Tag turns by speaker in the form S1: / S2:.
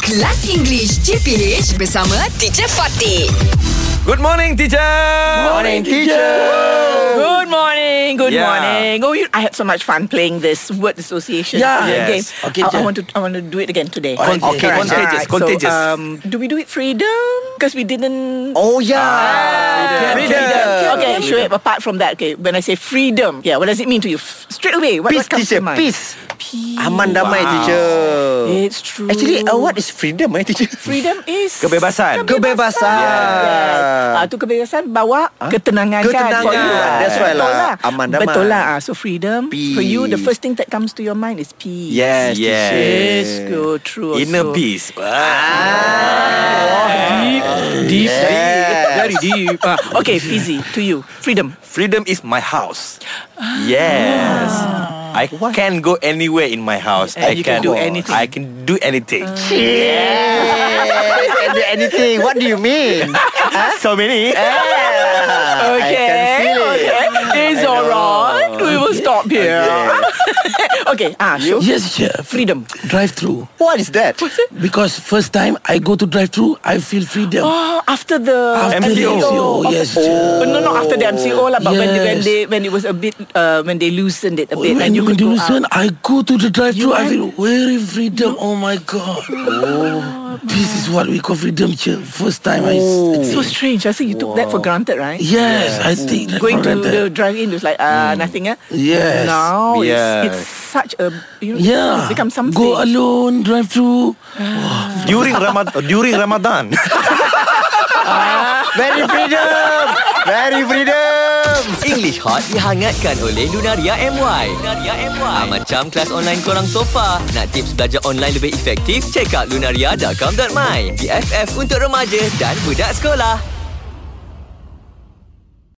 S1: Kelas English CPH bersama Teacher Fatih.
S2: Good morning, teacher.
S3: Morning, teacher.
S4: Good morning. Good
S2: Yeah.
S4: morning. Oh, you, I had so much fun playing this word association
S3: Yeah.
S4: uh,
S2: Yes.
S4: game.
S3: Okay,
S4: I- I,
S3: Jen.
S4: want to. I want to do it again today.
S3: Alright, Okay,
S4: Alright,
S3: contagious,
S4: alright.
S2: contagious.
S4: So, um, do we do it freedom? Because we didn't.
S2: ah,
S3: Oh yeah.
S2: Freedom.
S3: Freedom.
S4: Okay, sure. Apart from that, okay. When I say freedom, yeah, what does it mean to you? F- Straight away, what,
S3: Peace
S4: what comes
S3: teacher,
S4: to mind?
S3: peace.
S4: Peace.
S3: Aman damai teacher.
S5: Hmm.
S4: It's true.
S3: Actually, uh, what is freedom eh teacher?
S4: freedom is
S2: Kebebasan.
S3: Kebebasan.
S4: Yes. Ah, tu kebebasan bawa ketenangan,
S3: Ah? Ketenangan.
S4: kan for you. Ah,
S3: That's why
S4: Betul
S3: lah.
S4: lah.
S3: Aman damai.
S4: Betul lah. Ah, So freedom for you the
S3: Peace.
S4: first thing that comes to your mind is peace.
S3: Yes,
S2: Yes.
S4: Yes, go true.
S2: Inner
S4: also. Oh,
S2: peace.
S3: Ah.
S4: Deep, deep,
S3: Yes.
S4: deep, very deep. Ah, okay, Fizzy, to you, freedom.
S2: Freedom is my house. Yes. I can go anywhere in my house.
S4: Ah. And
S2: I
S4: you can do anything.
S2: I can do anything.
S3: Yeah. I can do anything. What do you mean?
S2: so many.
S3: Yeah. Ah, I
S4: Okay,
S3: can feel it.
S4: okay, it's
S3: I know.
S4: alright. We will stop here. Okay, ah, so
S5: Yes, chef.
S4: freedom.
S5: Drive through.
S3: What is that?
S5: Because first time I go to drive through, I feel freedom.
S3: Ah.
S4: Oh, after the
S5: After the
S2: MCO.
S5: MCO, yes, chef.
S4: But Oh, no, no, after the MCO lah. But when, they, when
S5: Yes. Oh,
S4: they when it was a bit uh, when they loosened it a bit
S5: When
S4: and you
S5: you
S4: could go
S5: listen,
S4: out.
S5: I go to the drive through, I feel very freedom. Oh my god.
S3: Oh.
S5: This is what we call freedom, chef. First time I.
S4: It's so strange. I think you took that for granted, right?
S5: Yes, I
S3: Mm.
S5: think that
S4: Going to
S5: for
S4: the
S5: granted. Mm.
S4: drive-in was like uh, nothing. Eh?
S5: Yes.
S4: Now
S2: Yeah.
S4: it's, it's such a you know,
S5: yeah,
S4: it's become something.
S5: go alone, drive through.
S2: during Ramadan. During Ramadan.
S3: Ah, Very freedom. Very freedom.
S6: English Hot dihangatkan oleh Lunaria MY. Lunaria MY. Ah, macam kelas online korang sofa. Nak tips belajar online lebih efektif? Check out lunaria.com.my. BFF untuk remaja dan budak sekolah.